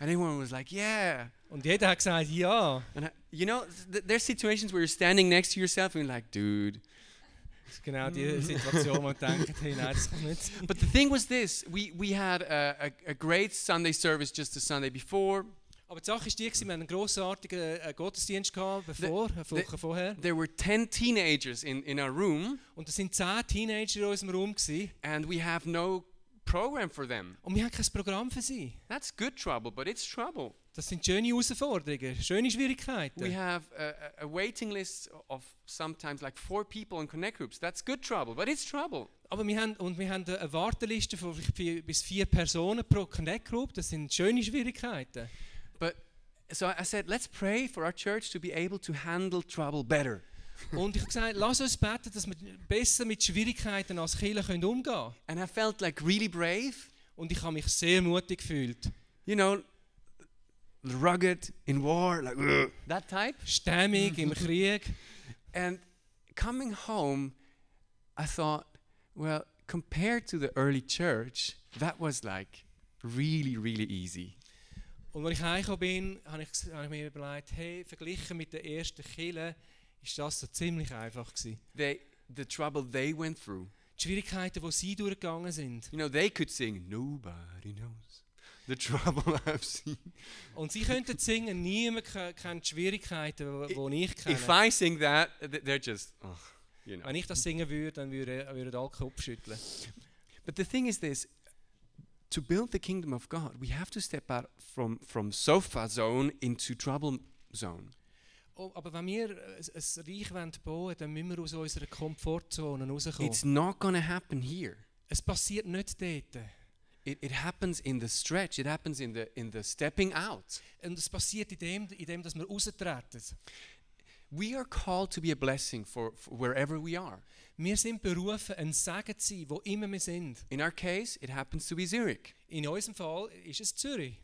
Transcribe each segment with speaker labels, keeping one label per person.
Speaker 1: And everyone was like, yeah.
Speaker 2: Und jeder hat gesagt, ja.
Speaker 1: And I, you know, th- there's situations where you're standing next to yourself and you're like, dude.
Speaker 2: Das ist genau die Situation, wo man denkt, hey, nein, das kann nicht sein.
Speaker 1: But the thing was this: we we had a, a, a great Sunday service just the Sunday before.
Speaker 2: Aber die Sache ist die, gewesen, wir hatten einen grossartigen äh, Gottesdienst gehabt, bevor, eine
Speaker 1: the-
Speaker 2: Woche vorher.
Speaker 1: There were ten teenagers in in our room,
Speaker 2: Und es sind zehn Teenager in unserem Raum gewesen.
Speaker 1: and we have no program for them.
Speaker 2: Und wir haben kein Programm für sie.
Speaker 1: That's good trouble, but it's trouble.
Speaker 2: Das sind schöne Herausforderungen, schöne Schwierigkeiten.
Speaker 1: We have a, a- a waiting list of sometimes like four people in connect groups. That's good trouble, but it's trouble.
Speaker 2: Aber wir haben, und wir haben eine Warteliste von vielleicht vier, bis vier Personen pro Connect Group. Das sind schöne Schwierigkeiten.
Speaker 1: But so I said, let's pray for our church to be able to handle trouble better.
Speaker 2: Und ich habe gesagt, lass uns beten, dass wir besser mit Schwierigkeiten als Kirche können umgehen können.
Speaker 1: And I felt like really brave,
Speaker 2: Und ich habe mich sehr mutig gefühlt.
Speaker 1: you know, rugged in war, like "Ugh," that type.
Speaker 2: Stämmig im Krieg.
Speaker 1: And coming home, I thought, well, compared to the early church, that was like really, really easy.
Speaker 2: Und als ich heimgekommen bin, habe ich, ges- habe ich mir überlegt, hey, verglichen mit der ersten Kirche ist das so ziemlich einfach gewesen.
Speaker 1: They, the trouble they went through,
Speaker 2: Die Schwierigkeiten, die sie durchgegangen sind.
Speaker 1: you know, they could sing, nobody knows the trouble I've seen.
Speaker 2: Und sie könnten singen, niemand ke- kennt die Schwierigkeiten, die- die ich
Speaker 1: If
Speaker 2: kenne.
Speaker 1: I sing that, th- they're just, ugh, you know.
Speaker 2: Wenn ich das singen würde, dann würde- würden alle den Kopf schütteln.
Speaker 1: But the thing is this to build the kingdom of God, we have to step out from, from sofa zone into trouble zone.
Speaker 2: Oh, aber wenn wir äh, ein ein Reich wollen bauen wollen, dann müssen wir aus unserer Komfortzone rauskommen.
Speaker 1: It's not going to happen here.
Speaker 2: es passiert nicht dort.
Speaker 1: It, it happens in the stretch. It happens in the in the stepping out.
Speaker 2: Und es passiert in dem, in dem dass wir raustreten.
Speaker 1: We are called to be a blessing for, for wherever we are.
Speaker 2: Wir sind berufen, ein Segen zu sein, wo immer wir sind.
Speaker 1: In our case, it happens to be Zurich,
Speaker 2: In unserem Fall ist es Zürich.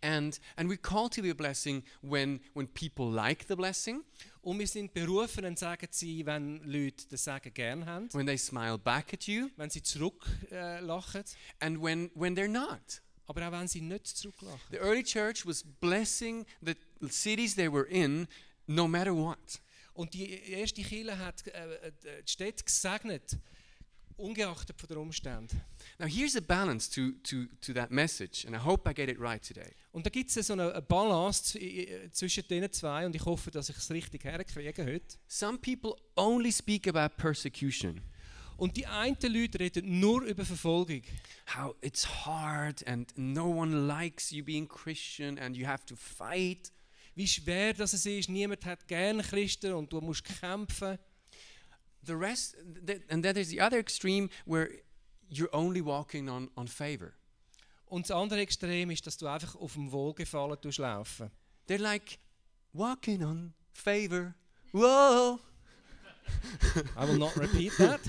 Speaker 1: and and we're called to be a blessing when when people like the blessing,
Speaker 2: Und wir sind berufen, ein Segen zu sein, wenn Leute den Segen gern haben,
Speaker 1: when they smile back at you,
Speaker 2: wenn sie zurücklachen, äh, lachen,
Speaker 1: and when when they're not.
Speaker 2: aber auch wenn sie nicht zurücklachen.
Speaker 1: The early church was blessing the cities they were in, no matter what.
Speaker 2: Und die erste Kirche hat äh, äh, die Städte gesegnet, ungeachtet von der Umstände.
Speaker 1: Now here's a balance to to to that message, and I hope I get it right today.
Speaker 2: Und da gibt es so eine eine Balance zw- i- zwischen diesen zwei und ich hoffe, dass ich es richtig herkriege heute.
Speaker 1: Some people only speak about persecution.
Speaker 2: Und die einen Leute reden nur über Verfolgung
Speaker 1: how it's hard and no one likes you being Christian and you have to fight.
Speaker 2: wie schwer das es ist, niemand hat gerne Christen und du musst kämpfen.
Speaker 1: The rest, th- and then there's the other extreme where you're only walking on, on favor.
Speaker 2: Und das andere Extrem ist, dass du einfach auf dem Wohlgefallen tust laufen.
Speaker 1: They're like, walking on favor, whoa,
Speaker 2: I will not repeat that.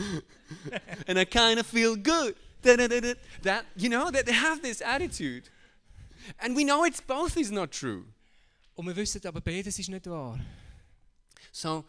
Speaker 1: and I kind of feel good. Da-da-da-da. That, you know, that they have this attitude. And we know it's both is not true.
Speaker 2: Und wir wissen aber, beides ist nicht wahr.
Speaker 1: So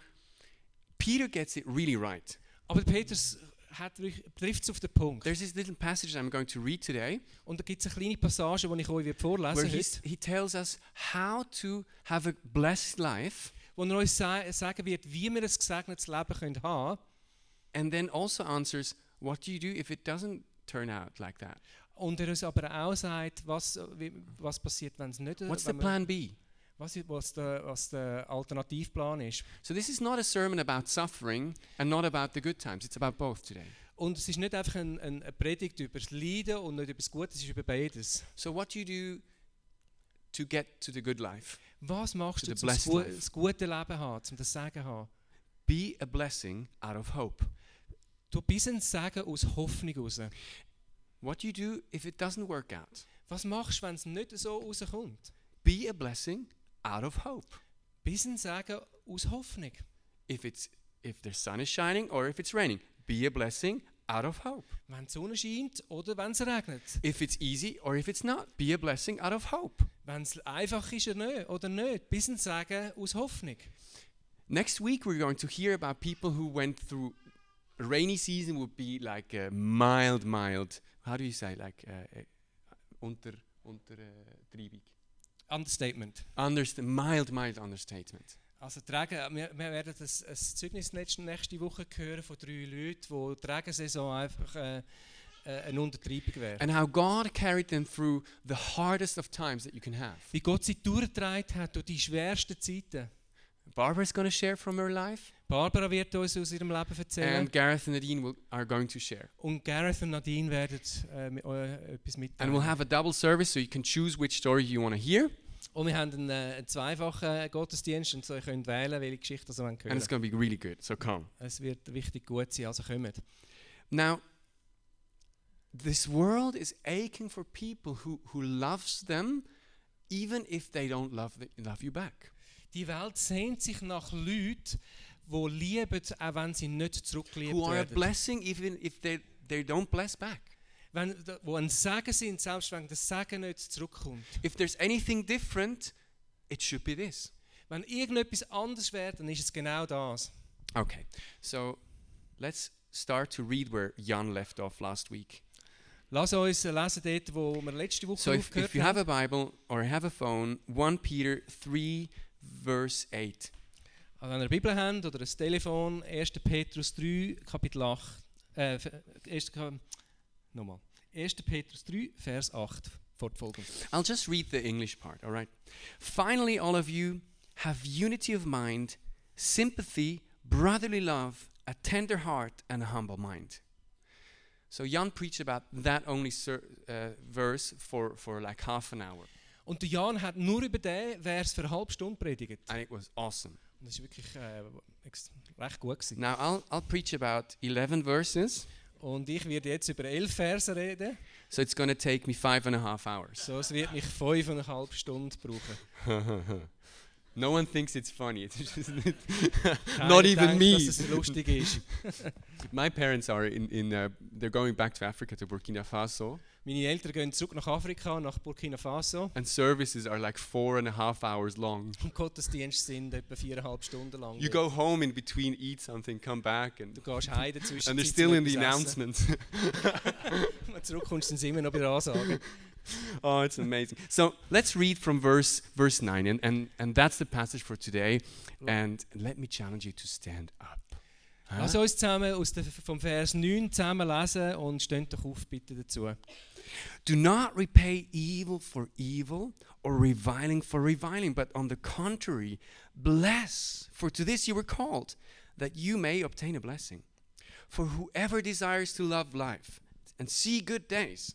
Speaker 1: Peter gets it really right.
Speaker 2: Aber Petrus hat wirklich- trifft es auf den Punkt.
Speaker 1: There's this little passage I'm going to read today.
Speaker 2: Und da gibt es eine kleine Passage, die ich euch wird
Speaker 1: where
Speaker 2: vorlesen
Speaker 1: he,
Speaker 2: heute,
Speaker 1: he tells us how to have a blessed life
Speaker 2: wo er uns sa- sagen wird, wie wir ein gesegnetes Leben können haben können.
Speaker 1: and then also answers what do you do if it doesn't turn out like that
Speaker 2: Und er uns aber auch sagt, was, wie, was passiert, wenn es nicht...
Speaker 1: what's the
Speaker 2: wenn wir-
Speaker 1: plan b
Speaker 2: Was, ist- was, der, was der Alternativplan ist.
Speaker 1: so this is not a sermon about suffering and not about the good times it's about both today
Speaker 2: Und es ist nicht einfach ein, ein, eine Predigt über das Leiden und nicht über das Gute, es ist über beides.
Speaker 1: so what do you do to get to the good life
Speaker 2: Was machst
Speaker 1: To
Speaker 2: du,
Speaker 1: the
Speaker 2: um das,
Speaker 1: blessed
Speaker 2: gu-
Speaker 1: life.
Speaker 2: das gute Leben haben, um das Segen haben?
Speaker 1: be a blessing out of hope
Speaker 2: Du bist ein Segen aus Hoffnung raus.
Speaker 1: what do you do if it doesn't work out
Speaker 2: Was machst du, wenn es nicht so rauskommt?
Speaker 1: be a blessing out of hope
Speaker 2: Bist ein Segen aus Hoffnung.
Speaker 1: if it's if the sun is shining or if it's raining be a blessing out of hope
Speaker 2: Wenn die Sonne scheint oder wenn es regnet.
Speaker 1: if it's easy or if it's not. Be a blessing out of hope.
Speaker 2: Wenn es einfach ist oder nicht, oder nicht. Bist ein Segen aus Hoffnung.
Speaker 1: Next week, we're going to hear about people who went through a rainy season, would be like a mild, mild, how do you say, like uh, uh, unter, Untertreibung.
Speaker 2: Understatement.
Speaker 1: Underst mild, mild understatement.
Speaker 2: Also die Regen, wir, wir werden ein, ein Zeugnis nächste, nächste Woche hören von drei Leuten, wo die Regensaison einfach äh, äh, eine Untertreibung wäre.
Speaker 1: And how God carried them through the hardest of times that you can have.
Speaker 2: Wie Gott sie durchgetragen hat durch die schwersten Zeiten.
Speaker 1: Barbara's going to share from her life,
Speaker 2: Barbara wird uns aus ihrem Leben erzählen
Speaker 1: and Gareth and Nadine will, are going to share.
Speaker 2: und Gareth und Nadine werden äh, mit euch
Speaker 1: And
Speaker 2: etwas
Speaker 1: we'll
Speaker 2: mitteilen.
Speaker 1: have a double service, so you can choose which story you want to hear,
Speaker 2: Und wir haben einen, äh, einen zweifachen Gottesdienst und so ihr könnt wählen, welche Geschichte ihr hören
Speaker 1: and it's
Speaker 2: wollt.
Speaker 1: going to be really good. So come.
Speaker 2: Es wird richtig gut sein, also kommt.
Speaker 1: Now, this world is aching for people who, who loves them, even if they don't love, the, love you back.
Speaker 2: Die Welt sehnt sich nach Leuten, die lieben, auch wenn sie nicht zurückgeliebt
Speaker 1: Who are a
Speaker 2: werden.
Speaker 1: blessing, even if they, they don't bless back.
Speaker 2: Wenn, wo ein Segen sind, selbst wenn der Segen nicht zurückkommt.
Speaker 1: If there's anything different, it should be this.
Speaker 2: Wenn irgendetwas anders wäre, dann ist es genau das.
Speaker 1: Okay, so let's start to read where Jan left off last week.
Speaker 2: Lass uns äh, lesen dort, wo wir letzte Woche
Speaker 1: So if,
Speaker 2: aufgehört
Speaker 1: if you have
Speaker 2: haben.
Speaker 1: a Bible or have a phone, 1 Peter 3, verse 8.
Speaker 2: Also wenn ihr eine Bibel habt oder ein Telefon, 1. Petrus 3, Kapitel 8. Äh, Ver- 1. Ka- Nochmal. 1. Petrus 3, Vers 8. Fortfolgend.
Speaker 1: I'll just read the English part, all right? Finally, all of you have unity of mind, sympathy, brotherly love, a tender heart, and a humble mind. So Jan preached about that only ser- uh, verse for, for like half an hour,
Speaker 2: Und der Jan hat nur über den Vers für eine halbe Stunde predigt.
Speaker 1: and it was awesome.
Speaker 2: Und Das war wirklich äh, ex- recht gut. Gewesen.
Speaker 1: Now I'll, I'll preach about 11 verses,
Speaker 2: Und ich werde jetzt über elf Verse reden.
Speaker 1: so it's going to take me five and a half hours.
Speaker 2: So, es wird mich fünfeinhalb Stunden brauchen.
Speaker 1: no one thinks it's funny. It's just
Speaker 2: Keiner
Speaker 1: Not even
Speaker 2: denkt,
Speaker 1: me.
Speaker 2: Dass es lustig ist.
Speaker 1: My parents are in, in uh, they're going back to Africa to Burkina Faso.
Speaker 2: Meine Eltern gehen zurück nach Afrika, nach Burkina Faso.
Speaker 1: and services are like four and a half hours long.
Speaker 2: Und Gottesdienste sind etwa viereinhalb Stunden lang.
Speaker 1: You
Speaker 2: dort.
Speaker 1: go home in between, eat something, come back, and
Speaker 2: Du gehst heim dazwischen.
Speaker 1: and they're still in the announcements.
Speaker 2: Wenn du zurückkommst, sind sie immer noch bei der Ansage.
Speaker 1: oh, it's amazing. So let's read from verse verse nine, and and and that's the passage for today. And let me challenge you to stand up. Huh?
Speaker 2: Lass uns zusammen aus der, vom Vers 9 zusammen lesen und steht doch auf bitte dazu.
Speaker 1: Do not repay evil for evil or reviling for reviling, but on the contrary, bless, for to this you were called, that you may obtain a blessing. For whoever desires to love life and see good days,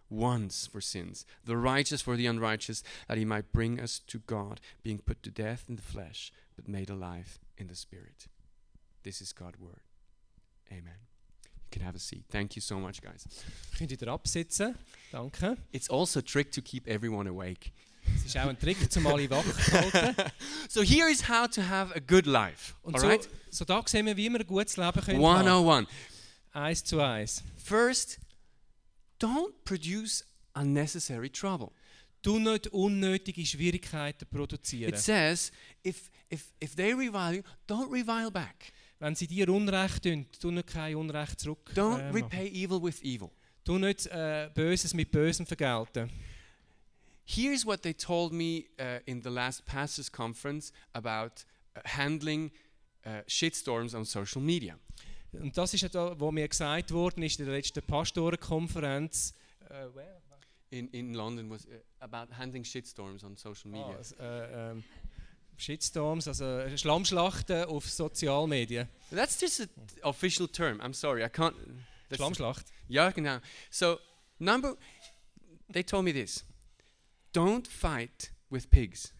Speaker 1: once for sins, the righteous for the unrighteous, that he might bring us to God, being put to death in the flesh, but made alive in the spirit. This is God's word. Amen. You can have a seat. Thank you so much, guys.
Speaker 2: Könnt ihr da absitzen? Danke.
Speaker 1: It's also a trick to keep everyone awake.
Speaker 2: Es ist auch ein Trick, um alle wach zu halten.
Speaker 1: So here is how to have a good life. All
Speaker 2: Und so,
Speaker 1: right?
Speaker 2: so da sehen wir, wie wir ein gutes Leben können. haben.
Speaker 1: 101.
Speaker 2: Eins zu eins.
Speaker 1: First, don't produce unnecessary trouble.
Speaker 2: Du nicht unnötige Schwierigkeiten produzieren.
Speaker 1: It says, if, if, if they revile you, don't revile back.
Speaker 2: Wenn sie dir Unrecht tun, tu nicht kein Unrecht zurück.
Speaker 1: Don't
Speaker 2: äh, machen.
Speaker 1: repay evil with evil.
Speaker 2: tu nicht äh, Böses mit Bösem vergelten.
Speaker 1: Here's what they told me uh, in the last Pastors Conference about uh, handling uh, shitstorms on social media.
Speaker 2: Und das ist etwas, was mir gesagt worden ist in der letzten Pastorenkonferenz. Äh, where? Oh,
Speaker 1: In, in London was uh, about handling shitstorms on social media.
Speaker 2: Ah, es- also, äh, ähm, Shitstorms, also Schlammschlachten auf Sozialmedien.
Speaker 1: That's just an official term. I'm sorry, I can't. that's-
Speaker 2: Schlammschlacht.
Speaker 1: Yeah, genau. So, number, they told me this: don't fight with pigs.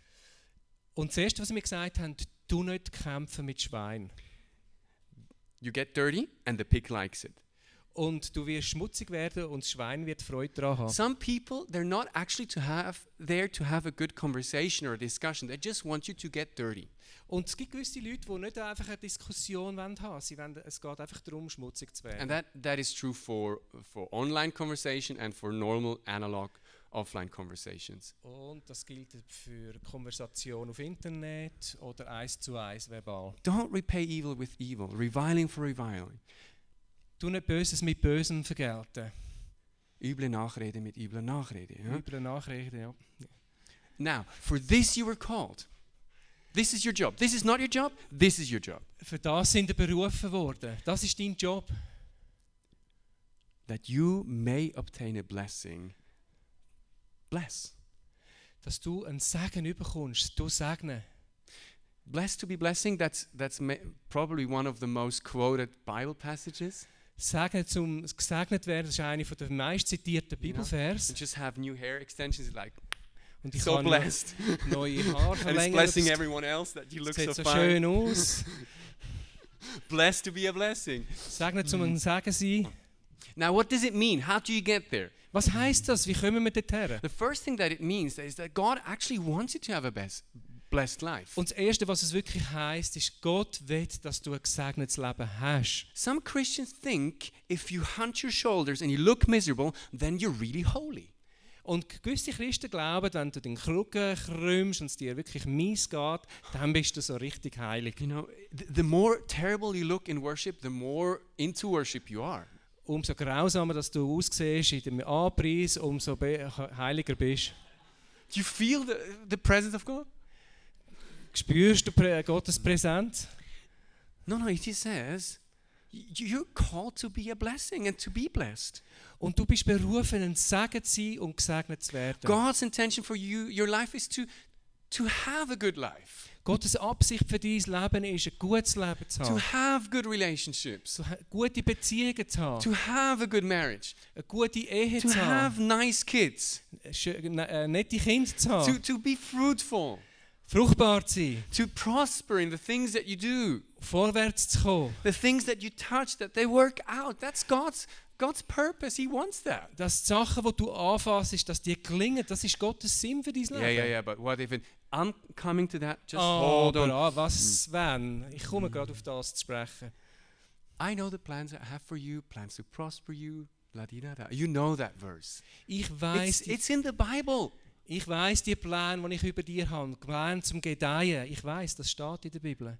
Speaker 2: Und das Erste, was sie mir gesagt haben, du nicht kämpfen mit Schwein.
Speaker 1: You get dirty, and the pig likes it.
Speaker 2: Und du wirst schmutzig werden und das Schwein wird Freude daran haben.
Speaker 1: Some people they're not actually to have there to have a good conversation or a discussion. They just want you to get dirty.
Speaker 2: Und es gibt gewisse Leute, die nicht einfach eine Diskussion wollen haben Sie wollen. Es geht einfach darum, schmutzig zu werden.
Speaker 1: And that that is true for for online conversation and for normal analog offline conversations.
Speaker 2: Und das gilt für Konversation auf Internet oder eins zu eins verbal.
Speaker 1: Don't repay evil with evil, reviling for reviling.
Speaker 2: Du nicht Böses mit Bösem vergelten.
Speaker 1: Üble Nachrede mit übler Nachrede. ja?
Speaker 2: Über eine Nachricht, ja.
Speaker 1: Now, for this you were called. This is your job. This is not your job. This is your job.
Speaker 2: Für das sind wir berufen worden. Das ist dein Job.
Speaker 1: That you may obtain a blessing. Bless.
Speaker 2: Dass du ein Segen überkommst. Du segnen.
Speaker 1: Blessed to be blessing. That's that's ma- probably one of the most quoted Bible passages.
Speaker 2: Segnen zum gesegnet werden, das ist einer der meist zitierten
Speaker 1: Ja.
Speaker 2: Bibelvers.
Speaker 1: And just have new hair extensions. Like
Speaker 2: Und ich
Speaker 1: so
Speaker 2: habe
Speaker 1: blessed,
Speaker 2: neue Haare
Speaker 1: and it's
Speaker 2: verlängert.
Speaker 1: blessing
Speaker 2: Das
Speaker 1: everyone else that you look so,
Speaker 2: sieht so
Speaker 1: fine.
Speaker 2: schön aus.
Speaker 1: Blessed to be a blessing.
Speaker 2: Segnen
Speaker 1: Mm.
Speaker 2: zum ein Segen sein.
Speaker 1: Now, what does it mean? How do you get there?
Speaker 2: Was heißt das? Wie kommen wir dorthin?
Speaker 1: The first thing that it means is that God actually wants you to have a best, blessed life.
Speaker 2: Und das Erste, was es wirklich heißt, ist, Gott will, dass du ein gesegnetes Leben hast.
Speaker 1: Some Christians think if you hunch your shoulders and you look miserable, then you're really holy.
Speaker 2: Und gewisse Christen glauben, wenn du den Krücken krümmst und es dir wirklich mies geht, dann bist du so richtig heilig.
Speaker 1: You know, th- the more terrible you look in worship, the more into worship you are.
Speaker 2: Umso grausamer, dass du aussiehst in dem Anpreis, umso be- heiliger bist.
Speaker 1: Do you feel the, the presence of God?
Speaker 2: Spürst du Prä- Gottes Präsenz?
Speaker 1: No, no, it just says y- you're called to be a blessing and to be blessed.
Speaker 2: Und du bist berufen, ein Segen zu sein und gesegnet zu werden.
Speaker 1: God's intention for you, your life is to to have a good life,
Speaker 2: Gottes Absicht für dein Leben ist, ein gutes Leben zu
Speaker 1: to
Speaker 2: haben,
Speaker 1: have good relationships,
Speaker 2: zu ha- gute Beziehungen zu haben,
Speaker 1: to have a good marriage,
Speaker 2: eine gute Ehe
Speaker 1: to
Speaker 2: zu haben,
Speaker 1: have nice kids,
Speaker 2: schö- ne- äh, nette Kinder zu
Speaker 1: to,
Speaker 2: haben,
Speaker 1: to be fruitful.
Speaker 2: fruchtbar zu sein,
Speaker 1: to prosper in the things that you do,
Speaker 2: vorwärts zu kommen.
Speaker 1: the things that you touch, that they work out. That's God's God's purpose. He wants that.
Speaker 2: Dass die Sachen, die du anfasst, dass die gelingen, das ist Gottes Sinn für dein Leben.
Speaker 1: Yeah, yeah, yeah. But what if it? I'm coming to that. Just hold
Speaker 2: Aber
Speaker 1: on. Mhm.
Speaker 2: ah, was, wenn? Ich komme gerade auf das zu sprechen.
Speaker 1: I know the plans I have for you. Plans to prosper you. La di da da. You know that verse.
Speaker 2: Ich
Speaker 1: It's,
Speaker 2: weiß,
Speaker 1: it's in the Bible.
Speaker 2: ich weiß die Pläne, die ich über dir habe, Pläne zum Gedeihen. Ich weiß, das steht in der Bibel.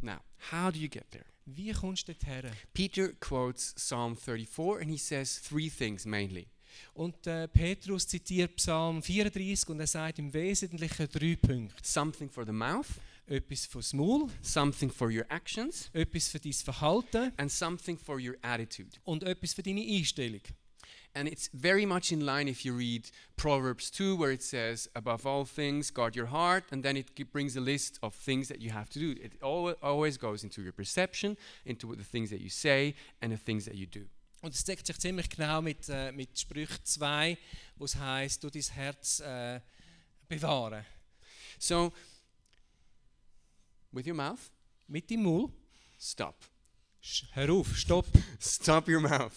Speaker 1: Now, how do you get there?
Speaker 2: Wie kommst du dorthin?
Speaker 1: Peter quotes Psalm 34, and he says three things mainly.
Speaker 2: Und äh, Petrus zitiert Psalm 34 und er sagt im Wesentlichen drei Punkte.
Speaker 1: Something for the mouth,
Speaker 2: Etwas fürs Maul,
Speaker 1: something for your actions,
Speaker 2: etwas für dein Verhalten
Speaker 1: and something for your attitude.
Speaker 2: und etwas für deine Einstellung.
Speaker 1: And it's very much in line if you read Proverbs 2, where it says, above all things, guard your heart. And then it gi- brings a list of things that you have to do. It al- always goes into your perception, into the things that you say, and the things that you do.
Speaker 2: Und es deckt sich ziemlich genau mit, äh, mit Sprüch 2, wo es heißt, du dein Herz äh, bewahren.
Speaker 1: So, with your mouth,
Speaker 2: Mit deinem Maul,
Speaker 1: stop.
Speaker 2: Sch- hör auf, stopp,
Speaker 1: Stop your mouth.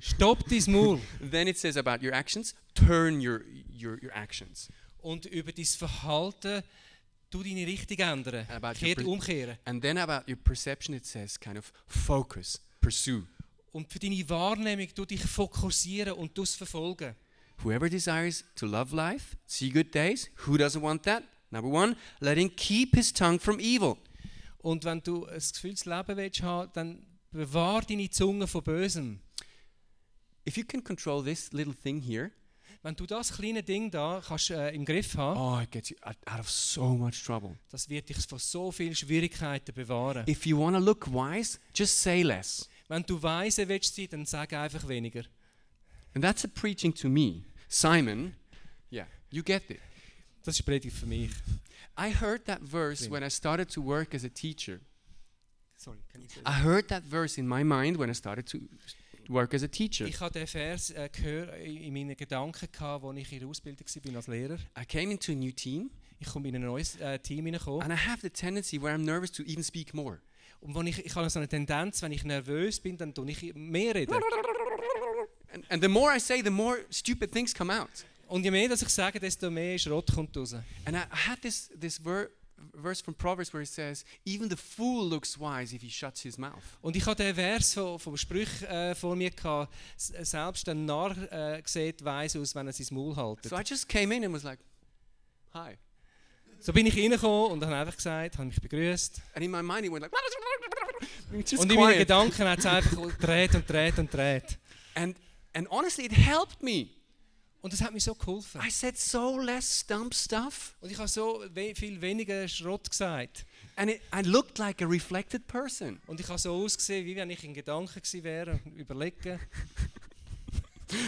Speaker 2: stopp dein Maul.
Speaker 1: then it says about your actions, turn your, your, your actions.
Speaker 2: Und über dein Verhalten, du deine Richtung ändern.
Speaker 1: About your
Speaker 2: Kehrt
Speaker 1: pre-
Speaker 2: umkehren.
Speaker 1: And then about your perception, it says kind of focus, pursue.
Speaker 2: Und für deine Wahrnehmung, du dich fokussieren und das verfolgen.
Speaker 1: Whoever desires to love life, see good days, who doesn't want that? Number one, let him keep his tongue from evil.
Speaker 2: Und wenn du ein gefühltes Leben willst haben, dann bewahr deine Zunge von Bösem.
Speaker 1: If you can control this little thing here,
Speaker 2: Wenn du das kleine Ding da kannst, äh, im Griff haben,
Speaker 1: oh, it gets you out, out of so much trouble.
Speaker 2: das wird dich vor so vielen Schwierigkeiten bewahren.
Speaker 1: If you want to look wise, just say less.
Speaker 2: Wenn du weise willst sein, dann sag einfach weniger.
Speaker 1: And that's a preaching to me. Simon, yeah, you get it.
Speaker 2: Das ist Predigt für mich.
Speaker 1: I heard that verse
Speaker 2: Amen.
Speaker 1: when I started to work as a teacher.
Speaker 2: Sorry, can you say
Speaker 1: I heard that verse in my mind when I started to work as a teacher.
Speaker 2: Ich habe den Vers äh, gehört äh, in meinen Gedanken, gehabt, als ich in der Ausbildung war als Lehrer.
Speaker 1: I came into a new team
Speaker 2: Ich komme in ein neues äh, Team hineingekommen.
Speaker 1: and I have the tendency where I'm nervous to even speak more.
Speaker 2: Und wenn ich, ich habe so eine Tendenz, wenn ich nervös bin, dann tue ich mehr reden.
Speaker 1: And, and the more I say, the more stupid things come out.
Speaker 2: Und je mehr dass ich sage, desto mehr Schrott kommt raus.
Speaker 1: And I I had this, this ver- verse from Proverbs where it says, Even the fool looks wise if he shuts his mouth.
Speaker 2: Und ich hatte den Vers vom, vom Sprüch äh, vor mir, gehabt, s- selbst ein Narr äh, sieht weiss aus, wenn er sein Maul hält.
Speaker 1: So I just came in and was like, Hi.
Speaker 2: So bin ich reingekommen und habe einfach gesagt, habe mich begrüßt.
Speaker 1: And in my mind, it went like, It's just
Speaker 2: Und in meinen
Speaker 1: quiet.
Speaker 2: Gedanken hat es einfach dreht und dreht und dreht.
Speaker 1: And, and honestly, it helped me.
Speaker 2: Und das hat mir so geholfen.
Speaker 1: I said so less stump stuff,
Speaker 2: Und ich habe so we viel weniger Schrott gesagt.
Speaker 1: and it, I looked like a reflected person.
Speaker 2: Und ich habe so ausgesehen, wie wenn ich in Gedanken gewesen wäre, und überlegen,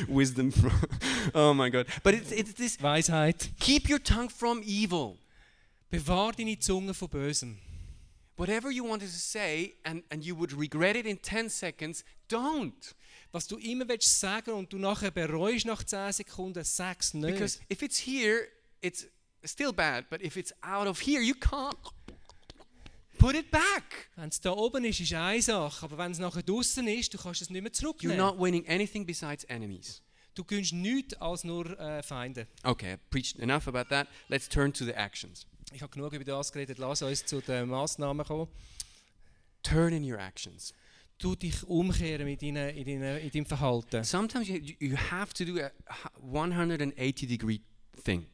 Speaker 1: Wisdom from, oh my God. But it's, it's this
Speaker 2: Weisheit.
Speaker 1: keep your tongue from evil.
Speaker 2: Bewahr deine Zunge vor Bösem.
Speaker 1: Whatever you wanted to say, and, and you would regret it in 10 seconds, don't.
Speaker 2: Was du immer willst sagen und du nachher bereust nach 10 Sekunden, sag's nicht.
Speaker 1: Because if it's here, it's still bad, but if it's out of here, you can't put it back.
Speaker 2: wenn es da oben ist, ist eine Sache, aber wenn es nachher draußen ist, du kannst es nicht mehr
Speaker 1: You're
Speaker 2: zurücknehmen.
Speaker 1: not winning anything besides enemies.
Speaker 2: du gewinnst nichts als nur äh, Feinde.
Speaker 1: Okay, I preached enough about that. Let's turn to the actions.
Speaker 2: Ich habe genug über das geredet, lass uns zu den Massnahmen kommen.
Speaker 1: Turn in your actions.
Speaker 2: Du dich umkehren mit deinen, in, deinen, in deinem Verhalten.
Speaker 1: Sometimes you, you have to do a 180 degree thing.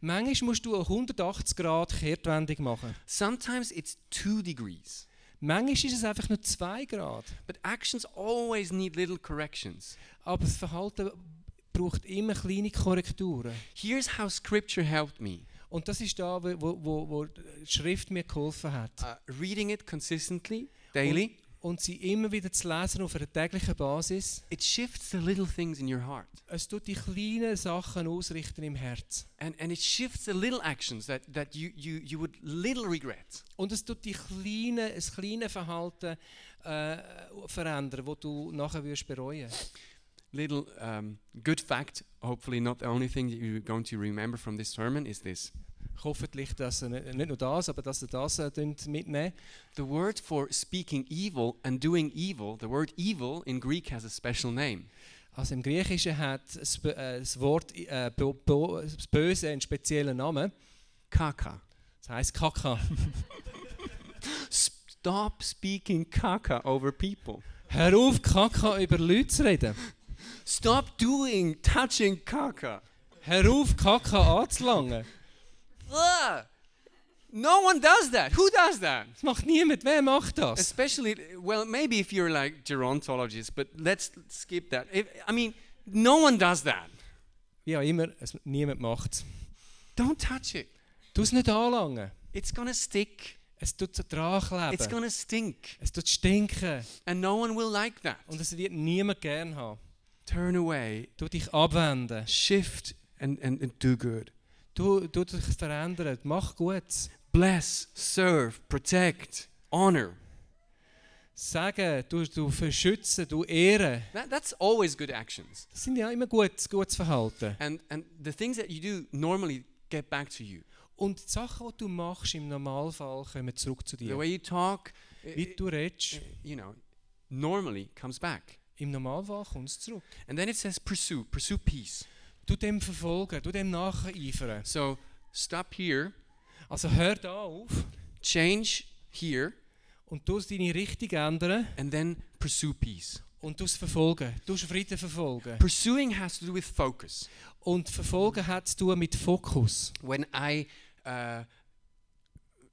Speaker 2: Manchmal musst du eine 180 Grad Kehrtwendung machen.
Speaker 1: Sometimes it's two degrees.
Speaker 2: Manchmal ist es einfach nur 2 Grad.
Speaker 1: But actions always need little corrections.
Speaker 2: Aber das Verhalten braucht immer kleine Korrekturen.
Speaker 1: Here's how scripture helped me
Speaker 2: Und das ist da, wo, wo- wo, wo die Schrift mir geholfen hat.
Speaker 1: uh, reading it consistently, daily.
Speaker 2: Und sie immer wieder zu lesen auf einer täglichen Basis.
Speaker 1: It shifts the little things in your heart.
Speaker 2: Es tut die kleinen Sachen ausrichten im Herz.
Speaker 1: And, and it shifts the little actions that, that you, you, you would little regret.
Speaker 2: Und es tut die kleinen, das kleine Verhalten äh, verändern, wo du nachher wirst bereuen.
Speaker 1: Little um, good fact, hopefully not the only thing that you're going to remember from this sermon is this.
Speaker 2: Hoffentlich, dass ihr nicht, nicht nur das, aber dass ihr das äh, dünnt mitnehmen.
Speaker 1: The word for speaking evil and doing evil, the word evil in Greek has a special name.
Speaker 2: Also im Griechischen hat das, Bö- äh, das Wort äh, Bo- Bo- das Böse einen speziellen Namen.
Speaker 1: Kaka.
Speaker 2: Das heißt Kaka.
Speaker 1: Stop speaking kaka over people.
Speaker 2: Hör auf, Kaka über Leute zu reden.
Speaker 1: Stop doing touching kaka.
Speaker 2: Hör auf, Kaka anzulangen.
Speaker 1: Ugh. No one does that. Who does that?
Speaker 2: Das macht niemand. Wer macht das?
Speaker 1: Especially, well, maybe if you're like gerontologist, but let's skip that. If, I mean, no one does that.
Speaker 2: Wie auch immer, es, niemand macht es.
Speaker 1: Don't touch it.
Speaker 2: Tu es nicht anlangen.
Speaker 1: It's gonna stick.
Speaker 2: Es tut dran
Speaker 1: It's
Speaker 2: kleben.
Speaker 1: gonna stink,
Speaker 2: Es tut stinken.
Speaker 1: and no one will like that.
Speaker 2: Und es wird niemand gern haben.
Speaker 1: Turn away.
Speaker 2: Tu dich abwenden.
Speaker 1: Shift and, and, and do good.
Speaker 2: Tu, tu dich verändern. Mach Gutes.
Speaker 1: Bless, serve, protect, honor.
Speaker 2: Sagen, du, du verschützen, du ehren.
Speaker 1: That, that's always good actions.
Speaker 2: Das sind ja immer gut, gutes Verhalten.
Speaker 1: And and the things that you do normally get back to you.
Speaker 2: Und die Sachen, die du machst, im Normalfall kommen zurück zu
Speaker 1: The
Speaker 2: dir.
Speaker 1: way you talk, i-
Speaker 2: Wie du redest,
Speaker 1: i- you know, normally comes back.
Speaker 2: im Normalfall kommt es zurück.
Speaker 1: And then it says pursue, pursue peace.
Speaker 2: Du dem verfolgen, du dem nacheifern.
Speaker 1: So stop here,
Speaker 2: Also hör da auf
Speaker 1: change here,
Speaker 2: und du deine Richtung ändern
Speaker 1: and then pursue peace.
Speaker 2: und du es verfolgen. Du Frieden verfolgen.
Speaker 1: Pursuing has to do with focus.
Speaker 2: Und verfolgen hat zu tun mit Fokus.
Speaker 1: When I uh,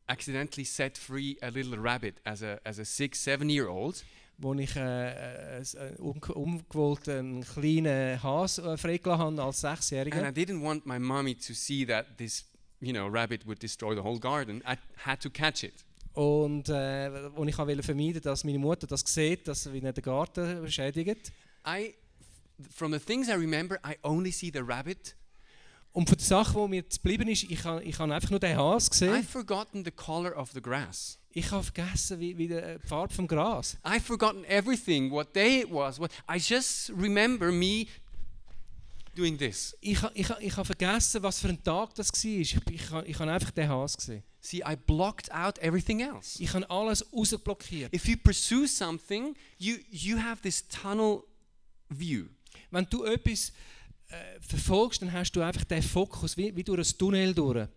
Speaker 1: accidentally set free a little rabbit as a as a six seven year old,
Speaker 2: wo ich äh, äh, s- äh, um, umgewollt einen kleinen Hase äh, freigelassen habe als
Speaker 1: and I
Speaker 2: Sechsjähriger.
Speaker 1: didn't want my mommy to see that this you know rabbit would destroy the whole garden. I had to catch it.
Speaker 2: Und äh, wo ich auch wollte vermeiden dass meine Mutter das sieht, dass wie er den Garten schädigt.
Speaker 1: I, from the things I remember, I only see the rabbit
Speaker 2: Und von der Sache, die mir geblieben ist, ich habe ich habe einfach nur den Hase gesehen.
Speaker 1: I've forgotten the color of the grass.
Speaker 2: Ich habe vergessen, wie, wie die äh, die Farbe vom Gras.
Speaker 1: I've forgotten everything, what day it was. What I just remember me doing this.
Speaker 2: Ich, ha- ich, ha- ich habe vergessen, was für ein Tag das war. Ich, ich, ha- ich habe einfach den Hase gesehen.
Speaker 1: See, I blocked out everything else.
Speaker 2: Ich habe alles rausblockiert.
Speaker 1: If you pursue something, you you have this tunnel view.
Speaker 2: Wenn du etwas äh, verfolgst, dann hast du einfach den Fokus, wie, wie durch ein Tunnel durch.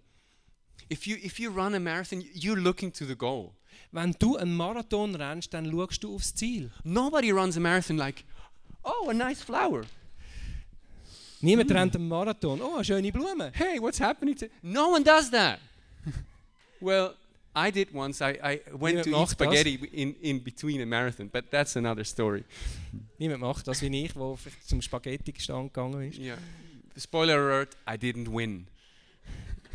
Speaker 1: If you if you run a marathon, you're looking to the goal.
Speaker 2: Wenn du einen Marathon rennst, dann schaust du aufs Ziel.
Speaker 1: Nobody runs a marathon like, oh, a nice flower. Hm.
Speaker 2: Niemand rennt einen Marathon. Oh, eine schöne Blume.
Speaker 1: Hey, what's happening to? No one does that. well, I did once. I, I went
Speaker 2: Yeah,
Speaker 1: to eat
Speaker 2: macht das.
Speaker 1: spaghetti in, in between a marathon, but that's another story.
Speaker 2: Niemand macht das wie ich, der vielleicht zum Spaghetti-Gestand gegangen ist.
Speaker 1: Yeah. Spoiler alert, I didn't win.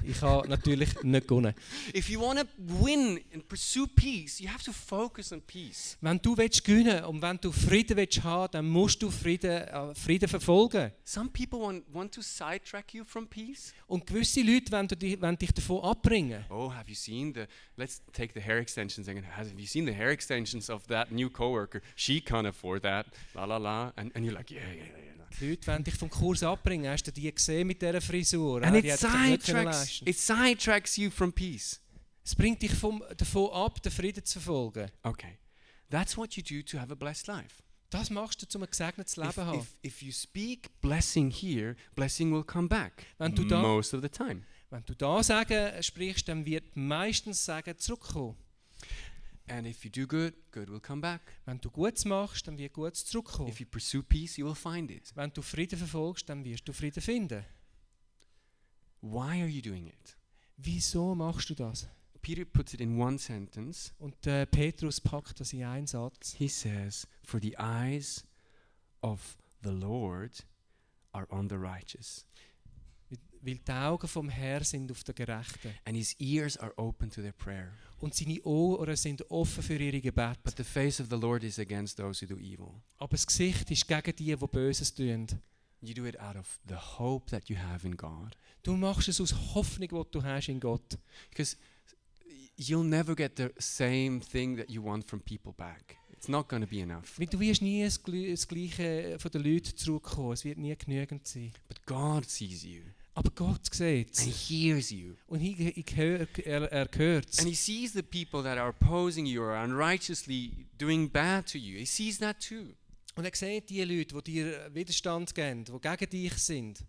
Speaker 2: Ich habe natürlich nicht gewonnen.
Speaker 1: If you want to win and pursue peace, you have to focus on peace.
Speaker 2: Wenn du willst gewinnen und wenn du Frieden willst haben, dann musst du Frieden, äh, Frieden verfolgen.
Speaker 1: Some people want, want to sidetrack you from peace.
Speaker 2: Und gewisse Leute wollen, du dich, wollen dich davon abbringen.
Speaker 1: Oh, have you seen the? Let's take the hair extensions again. Have you seen the hair extensions of that new coworker? She can't afford that. La la la. And, and you're like, yeah, yeah, yeah. yeah.
Speaker 2: Die Leute wollen dich vom Kurs abbringen. Hast du die gesehen mit dieser Frisur?
Speaker 1: And
Speaker 2: Ah,
Speaker 1: it
Speaker 2: die hat sich nicht können
Speaker 1: sidetracks,
Speaker 2: leisten.
Speaker 1: it sidetracks you from peace.
Speaker 2: Es bringt dich vom, davon ab, den Frieden zu verfolgen.
Speaker 1: Okay. That's what you do to have a blessed life.
Speaker 2: Das machst du, um ein gesegnetes Leben
Speaker 1: If,
Speaker 2: zu haben.
Speaker 1: if, if you speak blessing here, blessing will come back
Speaker 2: Wenn du da-
Speaker 1: most of the time.
Speaker 2: Wenn du da sagen sprichst, dann wird meistens Sagen zurückkommen.
Speaker 1: And if you do good, good will come back.
Speaker 2: Wenn du Gutes machst, dann wird Gutes zurückkommen.
Speaker 1: If you pursue peace, you will find it.
Speaker 2: Wenn du Frieden verfolgst, dann wirst du Frieden finden.
Speaker 1: Why are you doing it?
Speaker 2: Wieso machst du das?
Speaker 1: Peter puts it in one sentence.
Speaker 2: Und äh, Petrus packt das in einen Satz.
Speaker 1: He says, For the eyes of the Lord are on the righteous,
Speaker 2: Weil die Augen vom Herrn sind auf den Gerechten.
Speaker 1: and his ears are open to their prayer.
Speaker 2: Und seine Ohren sind offen für ihre Gebete.
Speaker 1: But the face of the Lord is against those who do evil.
Speaker 2: Aber das Gesicht ist gegen die, die Böses tun.
Speaker 1: You do it out of the hope that you have in God.
Speaker 2: Du machst es aus Hoffnung, die du hast in Gott.
Speaker 1: Because you'll never get the same thing that you want from people back. It's not going to be enough.
Speaker 2: Weil du wirst nie das Gl- das Gleiche von den Leuten zurückkommen. Es wird nie genügend sein.
Speaker 1: But God sees you
Speaker 2: Aber Gott sieht
Speaker 1: and He
Speaker 2: es.
Speaker 1: hears you.
Speaker 2: Und ich, ich hör, er, er hört es.
Speaker 1: And He sees the people that are opposing you or unrighteously doing bad to you. He sees that too.
Speaker 2: Und er sieht die Leute, die dir Widerstand geben, die gegen dich sind.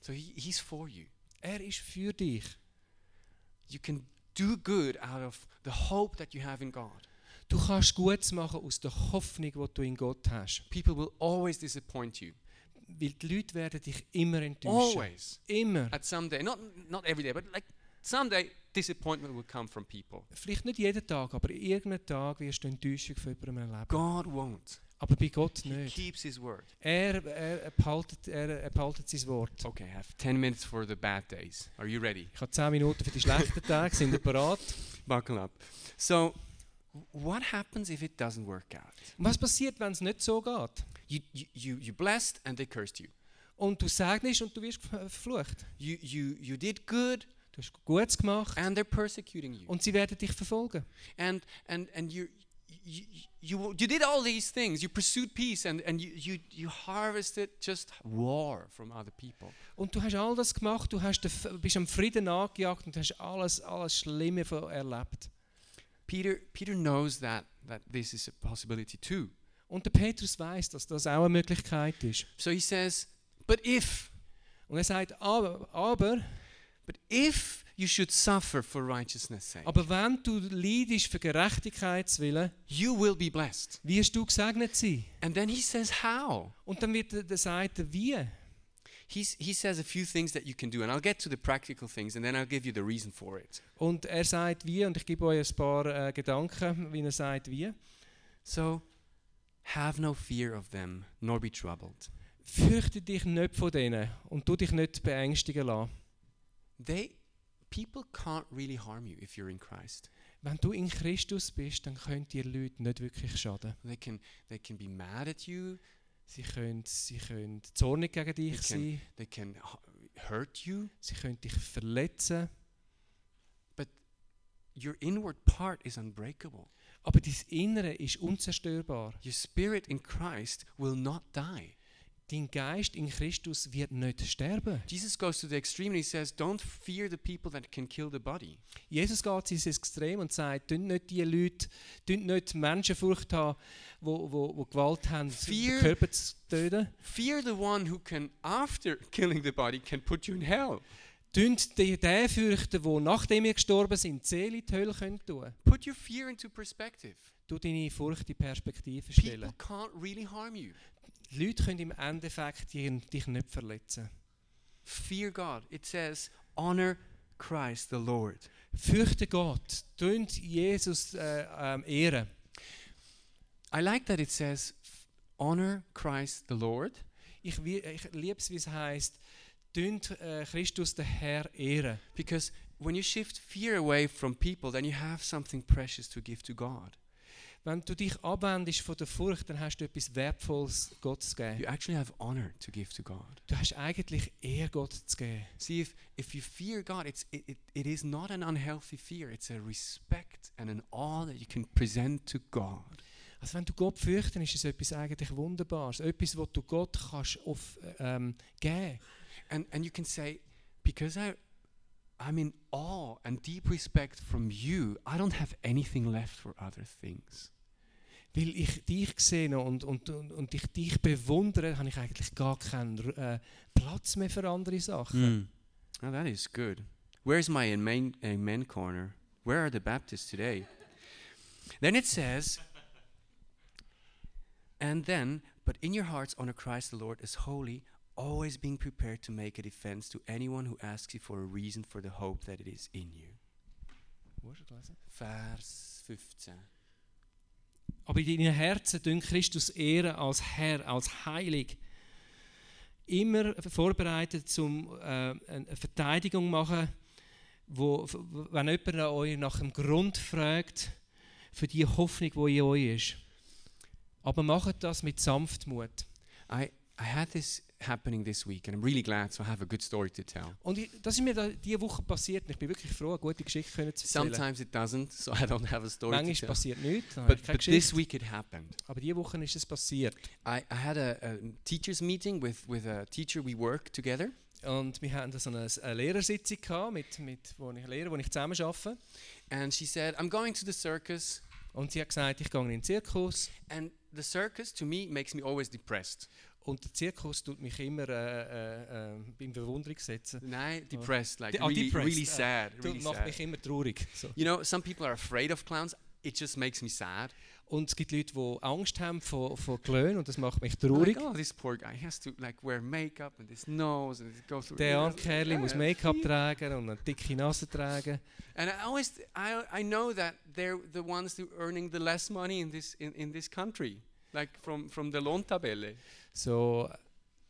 Speaker 1: So he, He's for you.
Speaker 2: Er ist für dich.
Speaker 1: You can do good out of the hope that you have in God.
Speaker 2: Du kannst Gutes machen aus der Hoffnung, die du in Gott hast.
Speaker 1: People will always disappoint you.
Speaker 2: Weil die Leute werden dich immer enttäuschen.
Speaker 1: Always.
Speaker 2: Immer.
Speaker 1: At some day, not not every day, but like someday, disappointment will come from people.
Speaker 2: Vielleicht nicht jeden Tag, aber irgendeinen Tag wirst du Enttäuschung von jemandem erleben.
Speaker 1: God won't.
Speaker 2: Aber bei Gott
Speaker 1: He
Speaker 2: nicht.
Speaker 1: keeps his word.
Speaker 2: Er, er, er, behaltet, er, er behaltet sein Wort.
Speaker 1: Okay, I have 10 minutes for the bad days. Are you ready?
Speaker 2: Ich habe 10 Minuten für die schlechten Tage. Sind ihr bereit?
Speaker 1: Buckle up. So, what happens if it doesn't work out?
Speaker 2: Und was passiert, wenn es nicht so geht?
Speaker 1: You, you, you, you blessed and they cursed you.
Speaker 2: Und du segnest und du wirst ver- verflucht.
Speaker 1: You, you, you did good
Speaker 2: Du hast Gutes gemacht
Speaker 1: and they're persecuting you.
Speaker 2: und sie werden dich verfolgen.
Speaker 1: and and and you you, you you did all these things you pursued peace and and you you, you harvested just war from other people
Speaker 2: Und du hast all das gemacht, du hast den, F- bist am Frieden nachgejagt und hast alles, alles Schlimme von erlebt.
Speaker 1: peter peter knows that that this is a possibility too
Speaker 2: Und der Petrus weiß, dass das auch eine Möglichkeit ist.
Speaker 1: so he says but if
Speaker 2: Und er sagt, aber, aber,
Speaker 1: but if you should suffer for righteousness sake
Speaker 2: aber wenn du leidest für Gerechtigkeitswillen,
Speaker 1: you will be blessed
Speaker 2: wirst du gesegnet sein.
Speaker 1: and then he says how
Speaker 2: Und dann wird er der sagt, wie?
Speaker 1: He's, he says a few things that you can do, and I'll get to the practical things, and then I'll give you the reason for it.
Speaker 2: Und er sagt wie, und ich gebe euch ein paar äh, Gedanken, wie er sagt wie.
Speaker 1: So, have no fear of them, nor be troubled.
Speaker 2: Fürchte dich nicht von denen und tu dich nicht beängstigen lassen.
Speaker 1: they people can't really harm you if you're in Christ.
Speaker 2: Wenn du in Christus bist, dann können dir Leute nicht wirklich schaden.
Speaker 1: They can they can be mad at you.
Speaker 2: Sie können, sie können zornig gegen dich
Speaker 1: Ich kenn-
Speaker 2: sein,
Speaker 1: They can ha- hurt you,
Speaker 2: Sie können dich verletzen,
Speaker 1: but your inward part is unbreakable.
Speaker 2: aber dein Innere ist unzerstörbar.
Speaker 1: Your spirit in Christ will not die.
Speaker 2: Dein Geist in Christus wird nicht sterben.
Speaker 1: Jesus goes to the extreme and he says, Don't fear the people that can kill the body.
Speaker 2: Jesus geht ins Extrem und sagt, tünt nicht die Leute, tünt nicht die Menschenfurcht haben, wo, wo, wo Gewalt haben,
Speaker 1: Fear-
Speaker 2: den Körper zu töten.
Speaker 1: Fear the one who can, after killing the body, can put you in hell.
Speaker 2: Tünt die den fürchten, die nachdem wir gestorben sind, die Seele in die Hölle können tun.
Speaker 1: Put your fear into perspective.
Speaker 2: Du deine Furcht in Perspektive
Speaker 1: People
Speaker 2: stellen.
Speaker 1: can't really harm you.
Speaker 2: Die Leute können im Endeffekt dir- dich nicht verletzen.
Speaker 1: Fear God. It says, Honor Christ the Lord.
Speaker 2: Fürchte Gott, tünt Jesus äh, ähm, ehren.
Speaker 1: I like that it says, f- Honor Christ the Lord.
Speaker 2: Ich, wi- ich liebe es, wie es heisst, tünt äh, Christus den Herr ehren.
Speaker 1: Because when you shift fear away from people, then you have something precious to give to God.
Speaker 2: Wenn du dich abwendest von der Furcht, dann hast du etwas Wertvolles Gott zu geben.
Speaker 1: You actually have honor to give to God.
Speaker 2: Du hast eigentlich eher Gott zu geben.
Speaker 1: See, if, if you fear God, it's, it, it, it is not an unhealthy fear. It's a respect and an awe that you can present to God.
Speaker 2: Also wenn du Gott fürchtest, dann ist es etwas eigentlich Wunderbares. Etwas, was du Gott kannst auf, äh, ähm, geben
Speaker 1: And, and you can say, because I, I'm in awe and deep respect from you, I don't have anything left for other things.
Speaker 2: Weil ich dich sehe und, und, und, und ich dich bewundere, habe ich eigentlich gar keinen äh, Platz mehr für andere Sachen.
Speaker 1: Mhm. Now that is good. Where's my amen, amen corner? Where are the Baptists today? then it says, and then, but in your hearts honor Christ the Lord as holy, always being prepared to make a defense to anyone who asks you for a reason for the hope that it is in you.
Speaker 2: Wo hast du gelesen?
Speaker 1: Vers 15.
Speaker 2: Aber in deinen Herzen dünkt Christus ehren als Herr, als heilig. Immer vorbereitet zum äh, eine Verteidigung machen, wo, wenn jemand an euch nach dem Grund fragt für die Hoffnung, die in euch ist. Aber macht das mit Sanftmut.
Speaker 1: I, I had this happening this week, and I'm really glad, so I have a good story to tell.
Speaker 2: Und ich, das ist mir da, diese Woche passiert. und Ich bin wirklich froh, eine gute Geschichte können zu erzählen.
Speaker 1: Sometimes it doesn't, so I don't have a story to
Speaker 2: Manchmal
Speaker 1: tell.
Speaker 2: passiert nichts, dann habe
Speaker 1: But,
Speaker 2: ich keine
Speaker 1: but this
Speaker 2: Geschichte.
Speaker 1: week it happened.
Speaker 2: Aber diese Woche ist es passiert.
Speaker 1: I, I had a, a teachers meeting with, with a teacher we work together,
Speaker 2: Und wir hatten so eine, eine Lehrersitzung, gehabt mit, mit wo ich Lehrer, wo ich zusammen arbeite.
Speaker 1: and she said, "I'm going to the circus."
Speaker 2: Und sie hat gesagt, ich gehe in den Zirkus.
Speaker 1: And the circus to me makes me always depressed.
Speaker 2: Und der Zirkus tut mich immer äh, äh, äh, in Bewunderung setzen.
Speaker 1: Nein, depressed, like
Speaker 2: De- oh,
Speaker 1: really,
Speaker 2: depressed,
Speaker 1: really
Speaker 2: uh,
Speaker 1: sad,
Speaker 2: Du
Speaker 1: really
Speaker 2: macht mich
Speaker 1: sad.
Speaker 2: immer traurig. So.
Speaker 1: You know, some people are afraid of clowns. It just makes me sad.
Speaker 2: Und es gibt Leute, die Angst haben vor, vor Klönen und das macht mich
Speaker 1: I'm
Speaker 2: traurig.
Speaker 1: Like, oh, this poor guy has to like wear makeup and this nose and go through.
Speaker 2: Der arme Kerl muss
Speaker 1: Yeah.
Speaker 2: Make-up tragen und eine dicke Nase tragen.
Speaker 1: And I always, I, I know that they're the ones who earning the less money in this in, in this country, like from from the Lohntabelle.
Speaker 2: So,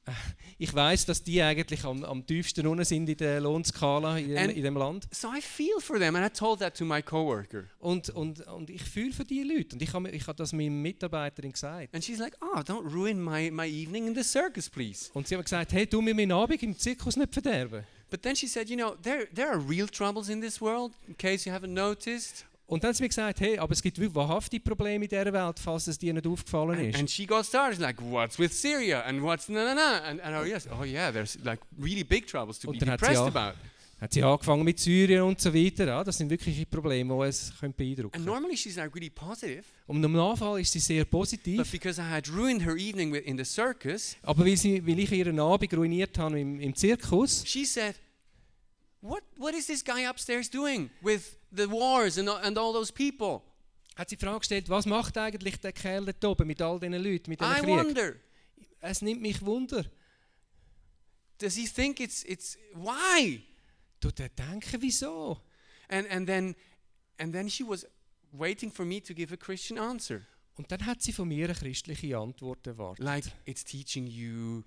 Speaker 2: äh, ich weiß, dass die eigentlich am, am tiefsten unten sind in der Lohnskala in, dem-
Speaker 1: And-
Speaker 2: in dem Land.
Speaker 1: So I feel for them, and I told that to my coworker.
Speaker 2: Und, und, und ich fühle für die Leute. Und ich habe ich hab das meiner Mitarbeiterin gesagt.
Speaker 1: And she's like, "Oh, don't ruin my, my evening in the circus, please."
Speaker 2: Und sie haben gesagt, hey, du mir meinen Abend im Zirkus nicht verderben.
Speaker 1: But then she said, "You know, there there are real troubles in this world. In case you haven't noticed."
Speaker 2: Und dann hat sie mir gesagt, hey, aber es gibt wirklich wahrhaftige Probleme in dieser Welt, falls es dir nicht aufgefallen
Speaker 1: And,
Speaker 2: ist.
Speaker 1: and she got started like, "What's with Syria? And what's na na na?" And and oh yes, oh yeah, there's like really big troubles to be
Speaker 2: Und dann hat sie
Speaker 1: depressed
Speaker 2: auch-
Speaker 1: about.
Speaker 2: hat sie angefangen mit Syrien und so weiter. Ja, das sind wirkliche Probleme, die es können beeindrucken
Speaker 1: And
Speaker 2: können.
Speaker 1: normally she's like really positive,
Speaker 2: Und im Nachfall ist sie sehr
Speaker 1: but
Speaker 2: positiv.
Speaker 1: because I had ruined her evening with, in the circus,
Speaker 2: Aber weil, sie, weil ich ihren Abend ruiniert habe im, im Zirkus,
Speaker 1: she said. What, what is this guy upstairs doing with the wars and, and all those people?
Speaker 2: hat sie die Frage gestellt, was macht eigentlich der Kerl dort oben mit all diesen Leuten, mit
Speaker 1: I
Speaker 2: diesem Krieg?
Speaker 1: wonder.
Speaker 2: Es nimmt mich Wunder.
Speaker 1: Does he think it's it's why?
Speaker 2: Du der denken, wieso?
Speaker 1: And and then and then she was waiting for me to give a Christian answer.
Speaker 2: Und dann hat sie von mir eine christliche Antwort erwartet.
Speaker 1: Like it's teaching you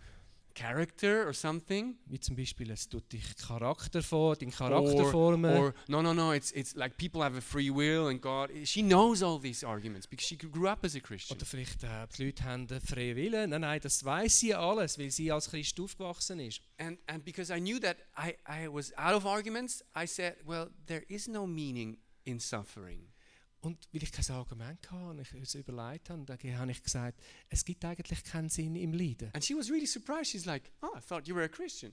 Speaker 1: character or something.
Speaker 2: Wie zum Beispiel, es tut dich Charakter vor, deinen Charakter
Speaker 1: Or,
Speaker 2: formen.
Speaker 1: or no, no, no. It's it's like people have a free will and God. She knows all these arguments because she grew up as a Christian.
Speaker 2: Oder vielleicht äh, die Leute haben den freien Willen. Nein, nein, das weiß sie alles, weil sie als Christ aufgewachsen ist.
Speaker 1: And and because I knew that I I was out of arguments, I said, well, there is no meaning in suffering.
Speaker 2: Und weil ich kein Argument hatte und ich es überlegt habe, dann habe ich gesagt, es gibt eigentlich keinen Sinn im Leiden.
Speaker 1: And she was really surprised. She's like, oh, I thought you were a Christian.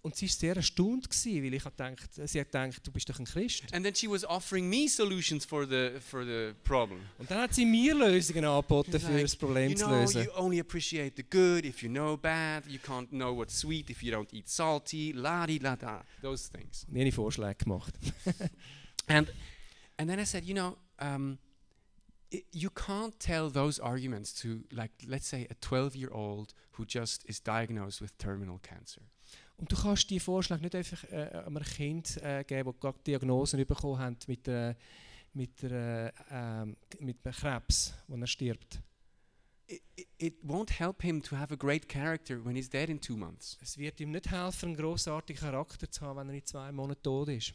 Speaker 2: Und sie war sehr erstaunt, gewesen, weil ich habe gedacht, sie hat gedacht, du bist doch ein Christ.
Speaker 1: And then she was offering me solutions for the for the problem.
Speaker 2: Und dann hat sie mir Lösungen angeboten,
Speaker 1: She's
Speaker 2: für das Problem
Speaker 1: you
Speaker 2: zu
Speaker 1: know,
Speaker 2: lösen.
Speaker 1: you only appreciate the good if you know bad. You can't know what's sweet if you don't eat salty. La di la da. Those things.
Speaker 2: Und ihre Vorschläge gemacht.
Speaker 1: And and then I said, you know, um, i you can't tell those arguments to like let's say a 12-year-old who just is diagnosed with terminal cancer.
Speaker 2: Und du kannst die Vorschläge nicht einfach äh, einem Kind äh, geben, das gerade Diagnosen bekommen hat mit, äh, mit, der, äh, ähm, mit einem Krebs, wo er stirbt.
Speaker 1: It, it, it won't help him to have a great character when he's dead in two months.
Speaker 2: Es wird ihm nicht helfen, einen grossartigen Charakter zu haben, wenn er in zwei Monaten tot ist.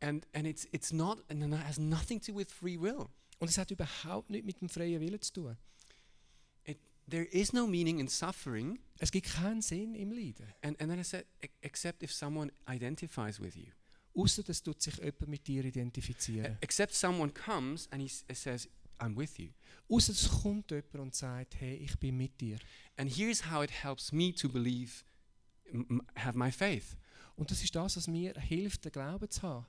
Speaker 1: And and it's it's not and it has nothing to do with free will.
Speaker 2: Und es hat überhaupt nichts mit dem freien Willen zu tun.
Speaker 1: There is no meaning in suffering
Speaker 2: Es gibt keinen Sinn im Leiden.
Speaker 1: And, and then I said, "Ex- except if someone identifies with you,
Speaker 2: Außer dass tut sich jemand mit dir
Speaker 1: E-
Speaker 2: identifizieren.
Speaker 1: except someone comes and he s- says, I'm with you.
Speaker 2: Außer es kommt jemand und sagt, hey, ich bin mit dir.
Speaker 1: And here's how it helps me to believe, m- m- have my faith.
Speaker 2: Und das ist das, was mir hilft, den Glauben zu haben.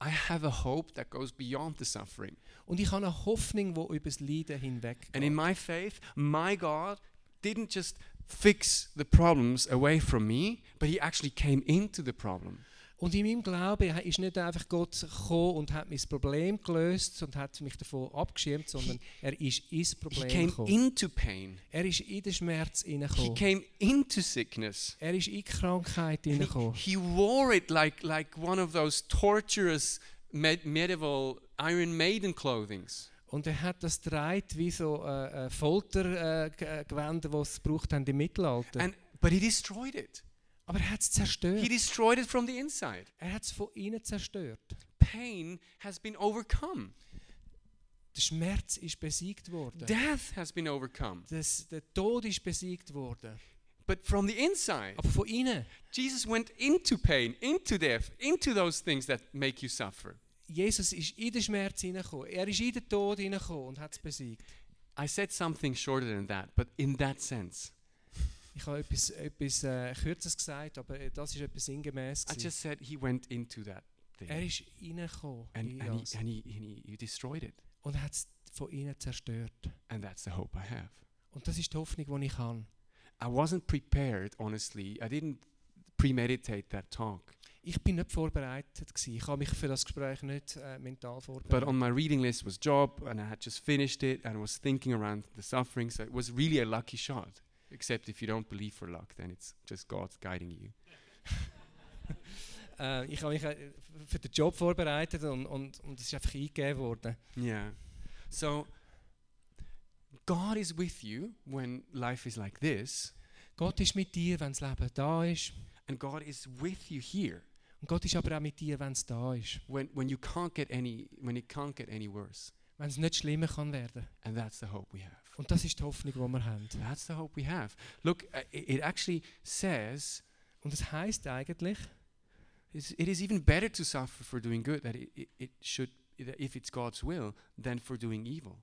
Speaker 1: I have a hope that goes beyond the suffering.
Speaker 2: Und ich habe eine Hoffnung, die über das Leiden hinweg
Speaker 1: And in my faith, my God didn't just fix the problems away from me, but he actually came into the problem.
Speaker 2: Und in meinem Glauben ha- ist nicht einfach Gott gekommen und hat mein Problem gelöst und hat mich davon abgeschirmt, sondern er ist ins
Speaker 1: He
Speaker 2: Problem
Speaker 1: came
Speaker 2: gekommen.
Speaker 1: into pain.
Speaker 2: Er ist in den Schmerz
Speaker 1: He
Speaker 2: hineingekommen.
Speaker 1: came into sickness.
Speaker 2: Er ist in die Krankheit
Speaker 1: And
Speaker 2: hineingekommen.
Speaker 1: He, he wore it like like one of those torturous med- medieval Iron Maiden clothings.
Speaker 2: Und er hat das dreit wie so äh, äh, Foltergewänder, äh, G- äh, Gewänder, die es gebraucht haben im Mittelalter.
Speaker 1: And but he destroyed it.
Speaker 2: Aber er hat es
Speaker 1: He
Speaker 2: zerstört.
Speaker 1: destroyed it from the inside.
Speaker 2: Er hat es von innen zerstört.
Speaker 1: Pain has been overcome.
Speaker 2: Der Schmerz ist besiegt worden.
Speaker 1: Death has been overcome.
Speaker 2: das, der Tod ist besiegt worden.
Speaker 1: But from the inside,
Speaker 2: Aber von innen.
Speaker 1: Jesus went into pain, into death, into those things that make you suffer.
Speaker 2: Jesus ist in den Schmerz hineingekommen. Er ist in den Tod hineingekommen und hat es besiegt.
Speaker 1: I said something shorter than that, but in that sense,
Speaker 2: Ich habe etwas, etwas äh, Kürzeres gesagt, aber äh, das ist etwas
Speaker 1: I
Speaker 2: sinngemäß. gewesen.
Speaker 1: just said he went into that
Speaker 2: Er
Speaker 1: thing
Speaker 2: ist hineingekommen
Speaker 1: and,
Speaker 2: in
Speaker 1: and,
Speaker 2: das
Speaker 1: he, and, he, and he, he destroyed it.
Speaker 2: und hat es von innen zerstört.
Speaker 1: And that's the hope I have.
Speaker 2: Und das ist die Hoffnung, die ich habe.
Speaker 1: I wasn't prepared, honestly. I didn't premeditate that talk.
Speaker 2: Ich bin nicht vorbereitet. Gewesen. Ich habe mich für das Gespräch nicht äh, mental
Speaker 1: But
Speaker 2: vorbereitet.
Speaker 1: on my reading list was job, and I had just finished it, and I was thinking around the suffering. So it was really a lucky shot. Except if you don't believe for luck, then it's just God guiding you.
Speaker 2: Äh, ich habe mich äh, f- für den Job vorbereitet und, und, und es ist einfach eingegeben worden.
Speaker 1: Yeah. So God is with you when life is like this,
Speaker 2: Gott ist mit dir, wenn das Leben da ist.
Speaker 1: and God is with you here
Speaker 2: Und Gott ist aber auch mit dir, wenn es da ist.
Speaker 1: when, when you can't get any when it can't get any worse.
Speaker 2: Wenn es nicht schlimmer kann werden.
Speaker 1: And that's the hope we have.
Speaker 2: Und das ist die Hoffnung, die wir haben.
Speaker 1: That's the hope we have. Look, uh, i- it actually says
Speaker 2: Und es heißt eigentlich,
Speaker 1: it's- it is even better to suffer for doing good that it, it, it should that if it's God's will than for doing evil.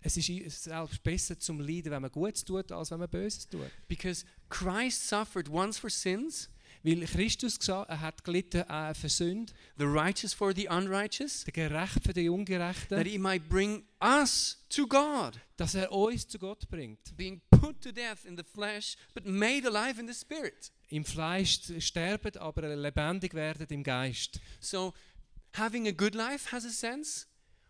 Speaker 2: es ist i- selbst besser zum Leiden, wenn man Gutes tut, als wenn man Böses tut.
Speaker 1: Because Christ suffered once for sins,
Speaker 2: Weil Christus gesa- er hat gelitten äh, für Sünde,
Speaker 1: the righteous for the unrighteous,
Speaker 2: der Gerechte für die
Speaker 1: that
Speaker 2: Ungerechten,
Speaker 1: he might bring us to God,
Speaker 2: dass er uns zu Gott bringt.
Speaker 1: being put to death in the flesh but made alive in the spirit.
Speaker 2: Im Fleisch z- sterben, aber lebendig werden im Geist.
Speaker 1: So having a good life has a sense.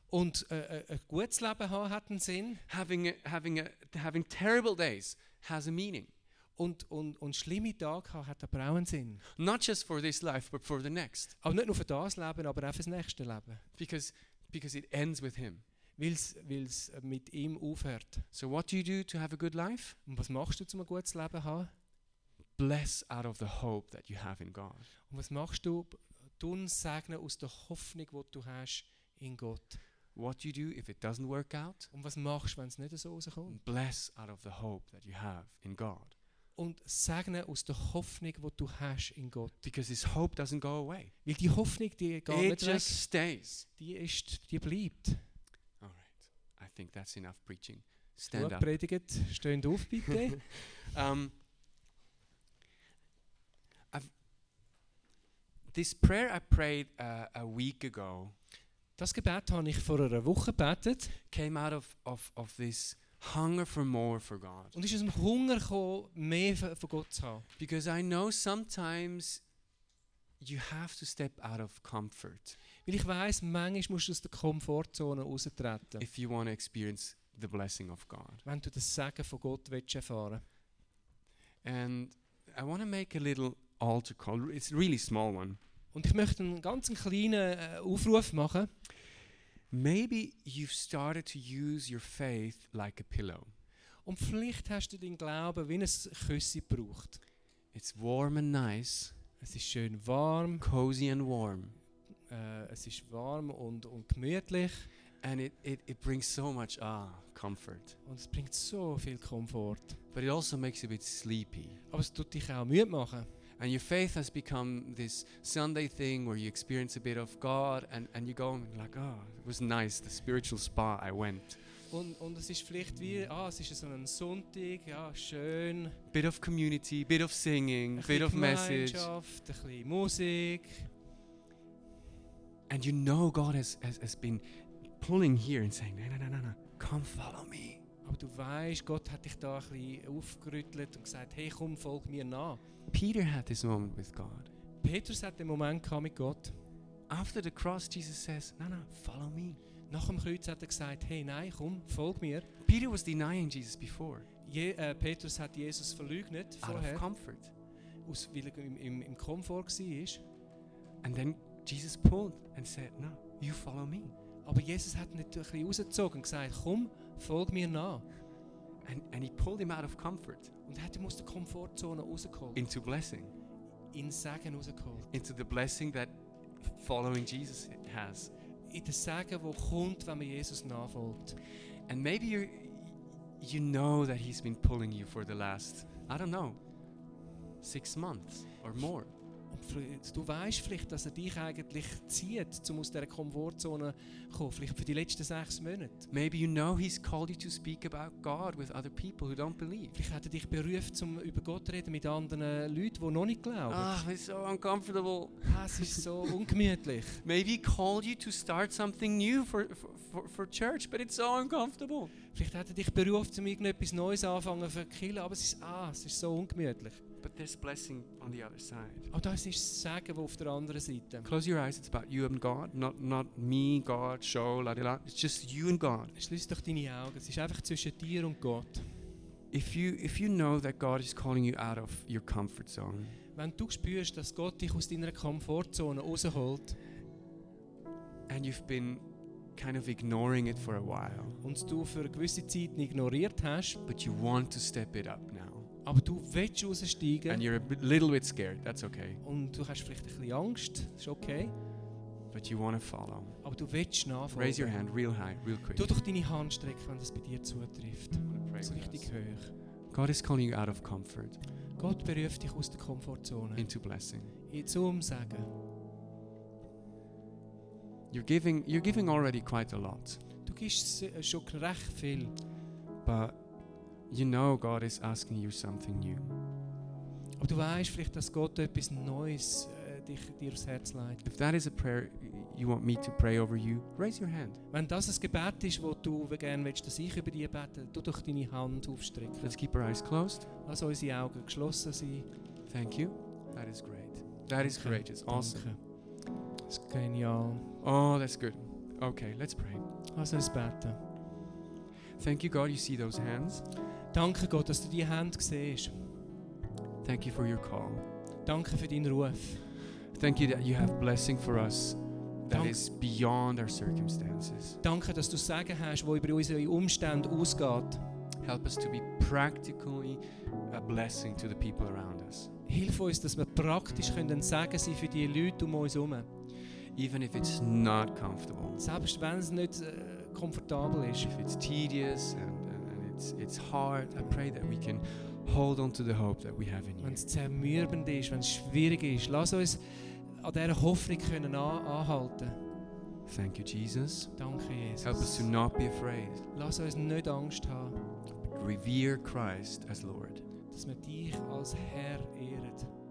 Speaker 2: Und äh, äh, ein gutes Leben haben hat einen Sinn
Speaker 1: Having a, having a, having terrible days has a meaning.
Speaker 2: und, und, und schlimme Tage haben hat aber auch einen Sinn.
Speaker 1: Not just for this life but for the next.
Speaker 2: Aber nicht nur für das Leben, aber auch für das nächste Leben.
Speaker 1: because because it ends with him
Speaker 2: weil es mit ihm aufhört.
Speaker 1: So, what do you do to have a good life?
Speaker 2: Und was machst du, um ein gutes Leben zu haben?
Speaker 1: Bless out of the hope that you have in God.
Speaker 2: Und was machst du? Tun segnen aus der Hoffnung, die du hast in Gott.
Speaker 1: What you do if it doesn't work out?
Speaker 2: Und was machst du, wenn es nicht so rauskommt?
Speaker 1: Bless out of the hope that you have in God.
Speaker 2: Und segnen aus der Hoffnung, die du hast in Gott.
Speaker 1: Because His hope doesn't go away,
Speaker 2: Weil die Hoffnung, die
Speaker 1: it
Speaker 2: geht nicht weg,
Speaker 1: just stays.
Speaker 2: die, ist, die bleibt.
Speaker 1: All right. I think that's enough preaching. Stand
Speaker 2: Gut
Speaker 1: up.
Speaker 2: predigt, steht auf bitte.
Speaker 1: Um, I've, this prayer I prayed uh, a week ago
Speaker 2: das Gebet habe ich vor einer Woche gebetet
Speaker 1: came out of, of, of this hunger for more for God.
Speaker 2: und ist aus dem Hunger gekommen, mehr von von Gott zu haben.
Speaker 1: Because I know sometimes you have to step out of comfort
Speaker 2: Weil ich weiss, manchmal musst du aus der Komfortzone raustreten,
Speaker 1: if you want to experience the blessing of God.
Speaker 2: wenn du das Segen von Gott willst erfahren
Speaker 1: And I want to make a little altar call. It's a really small one.
Speaker 2: willst. Und ich möchte einen ganz kleinen äh, Aufruf machen.
Speaker 1: Maybe you've started to use your faith like a pillow.
Speaker 2: Und vielleicht hast du deinen Glauben wie ein Küsse gebraucht.
Speaker 1: It's warm and nice,
Speaker 2: Es ist schön warm,
Speaker 1: cozy and warm.
Speaker 2: äh, es ist warm und, und gemütlich
Speaker 1: And it, it, it brings so much ah comfort.
Speaker 2: und es bringt so viel Komfort.
Speaker 1: But it also makes you a bit sleepy.
Speaker 2: Aber es tut dich auch müde machen.
Speaker 1: And your faith has become this Sunday thing where you experience a bit of God and, and you go and like, oh, it was nice, the spiritual spa I went.
Speaker 2: Und, und es ist vielleicht wie, ah, es ist so ein Sonntag, ja, schön.
Speaker 1: Bit of community, bit of singing,
Speaker 2: bisschen
Speaker 1: bit of message.
Speaker 2: Gemeinschaft, ein bisschen Musik.
Speaker 1: And you know God has, has, has been pulling here and saying, no, no, no, no, no, come follow me.
Speaker 2: Aber du weißt, Gott hat dich da ein bisschen aufgerüttelt und gesagt, hey komm, folg mir nach.
Speaker 1: Peter had this moment with God.
Speaker 2: Petrus hat den Moment gehabt mit Gott.
Speaker 1: After the cross, Jesus says, no, no, follow me.
Speaker 2: Nach dem Kreuz hat er gesagt, hey nein, komm, folg mir.
Speaker 1: Peter was denying Jesus before
Speaker 2: Je, äh, Petrus hat Jesus verleugnet
Speaker 1: out of
Speaker 2: vorher,
Speaker 1: comfort.
Speaker 2: aus, weil er im, im, im Komfort war.
Speaker 1: And then Jesus pulled and said, No, you follow me.
Speaker 2: Aber Jesus hat ihn nicht ein bisschen rausgezogen und gesagt, komm, folg mir nach.
Speaker 1: And, and he pulled him out of comfort
Speaker 2: Und hat ihn aus der Komfortzone rausgeholt,
Speaker 1: into blessing,
Speaker 2: in Segen rausgeholt.
Speaker 1: into the blessing that following Jesus has.
Speaker 2: In den Segen, der kommt, wenn man Jesus nachfolgt.
Speaker 1: And maybe you you know that he's been pulling you for the last, I don't know, six months or more.
Speaker 2: Und fr- du weißt vielleicht, dass er dich eigentlich zieht, um aus dieser Komfortzone zu kommen. Vielleicht für die letzten sechs Monate.
Speaker 1: Maybe you know he's called you to speak about God with other people who don't believe.
Speaker 2: Vielleicht hat er dich berufen, um über Gott zu reden mit anderen Leuten, die noch nicht glauben.
Speaker 1: Ah, it's so uncomfortable.
Speaker 2: Ah, Es ist so ungemütlich.
Speaker 1: Maybe he called you to start something new for, for, for, for church, but it's so uncomfortable.
Speaker 2: Vielleicht hat er dich berufen, um irgendetwas Neues anfangen zu killen, aber es ist, ah, es ist so ungemütlich.
Speaker 1: But there's blessing on the other side.
Speaker 2: Aber das ist das Sagen, das auf der anderen Seite.
Speaker 1: Close your eyes. It's about you and God, not not me, God, show, la di la. It's just you and God.
Speaker 2: Schließ doch deine Augen. Es ist einfach zwischen dir und Gott.
Speaker 1: If you if you know that God is calling you out of your comfort zone,
Speaker 2: Wenn du spürst, dass Gott dich aus deiner Komfortzone rausholt
Speaker 1: and you've been kind of ignoring it for a while,
Speaker 2: und du für eine gewisse Zeit ignoriert hast,
Speaker 1: but you want to step it up now,
Speaker 2: aber du willst
Speaker 1: and
Speaker 2: raussteigen
Speaker 1: you're a bit, little bit scared. That's okay.
Speaker 2: und du hast vielleicht ein bisschen Angst, das ist okay,
Speaker 1: But you want to follow.
Speaker 2: aber du willst
Speaker 1: Raise your
Speaker 2: nachfolgen.
Speaker 1: hand real high, real quick.
Speaker 2: Tu doch deine Hand strecken, wenn das bei dir zutrifft.
Speaker 1: I wanna pray
Speaker 2: So
Speaker 1: with
Speaker 2: richtig
Speaker 1: us.
Speaker 2: hoch.
Speaker 1: God is calling you out of comfort
Speaker 2: Gott beruft dich aus der Komfortzone.
Speaker 1: into blessing.
Speaker 2: In zum Sagen.
Speaker 1: You're giving you're giving already quite a lot.
Speaker 2: Du gibst se- schon recht viel,
Speaker 1: But you know God is asking you something new.
Speaker 2: aber du weißt vielleicht, dass Gott etwas Neues äh, dich, dir aufs Herz leitet.
Speaker 1: If that is a prayer you want me to pray over you, raise your hand.
Speaker 2: Wenn das ein Gebet ist, wo du gerne willst, dass ich über dich bete, tu doch deine Hand aufstrecken.
Speaker 1: Let's keep our eyes closed.
Speaker 2: Lass unsere Augen geschlossen sein.
Speaker 1: Thank you. That is great. That is
Speaker 2: Okay.
Speaker 1: great. It's awesome.
Speaker 2: Danke. Das ist genial.
Speaker 1: Oh, that's good. Okay, let's pray.
Speaker 2: Lass uns beten.
Speaker 1: Thank you, God. You see those hands.
Speaker 2: Danke Gott, dass du die Hand siehst.
Speaker 1: Thank you for your call.
Speaker 2: Danke für deinen Ruf.
Speaker 1: Thank you that you have blessing for us that
Speaker 2: Dank-
Speaker 1: is beyond our circumstances.
Speaker 2: Danke, dass du Sagen hast, wo über unsere Umstände ausgeht.
Speaker 1: Help us to be practically a blessing to the people around us,
Speaker 2: Hilf uns, dass wir praktisch können Sagen sein für die Leute um uns herum.
Speaker 1: even if it's not comfortable,
Speaker 2: Selbst wenn es nicht äh, komfortabel ist.
Speaker 1: if it's tedious and, and, and it's, it's hard. I pray that we can hold on to the hope that we have in you.
Speaker 2: Wenn es zermürbend ist, wenn es schwierig ist. Lass uns an dieser Hoffnung können an anhalten.
Speaker 1: Thank you, Jesus.
Speaker 2: Danke,
Speaker 1: Help us
Speaker 2: Jesus.
Speaker 1: to not be afraid,
Speaker 2: Lass uns nicht Angst haben,
Speaker 1: but revere Christ as Lord.
Speaker 2: dass wir dich als Herr ehren.